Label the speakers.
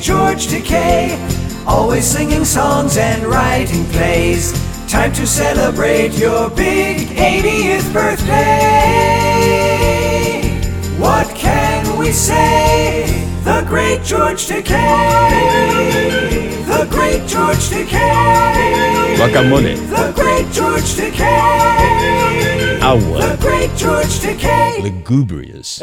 Speaker 1: George Takei, always singing songs and writing plays. Time to celebrate your big 80th birthday. What can we say? The great George Takei. The great George Takei.
Speaker 2: Guacamole.
Speaker 1: The great George Takei.
Speaker 2: Agua.
Speaker 1: The great George Takei.
Speaker 2: Lugubrious.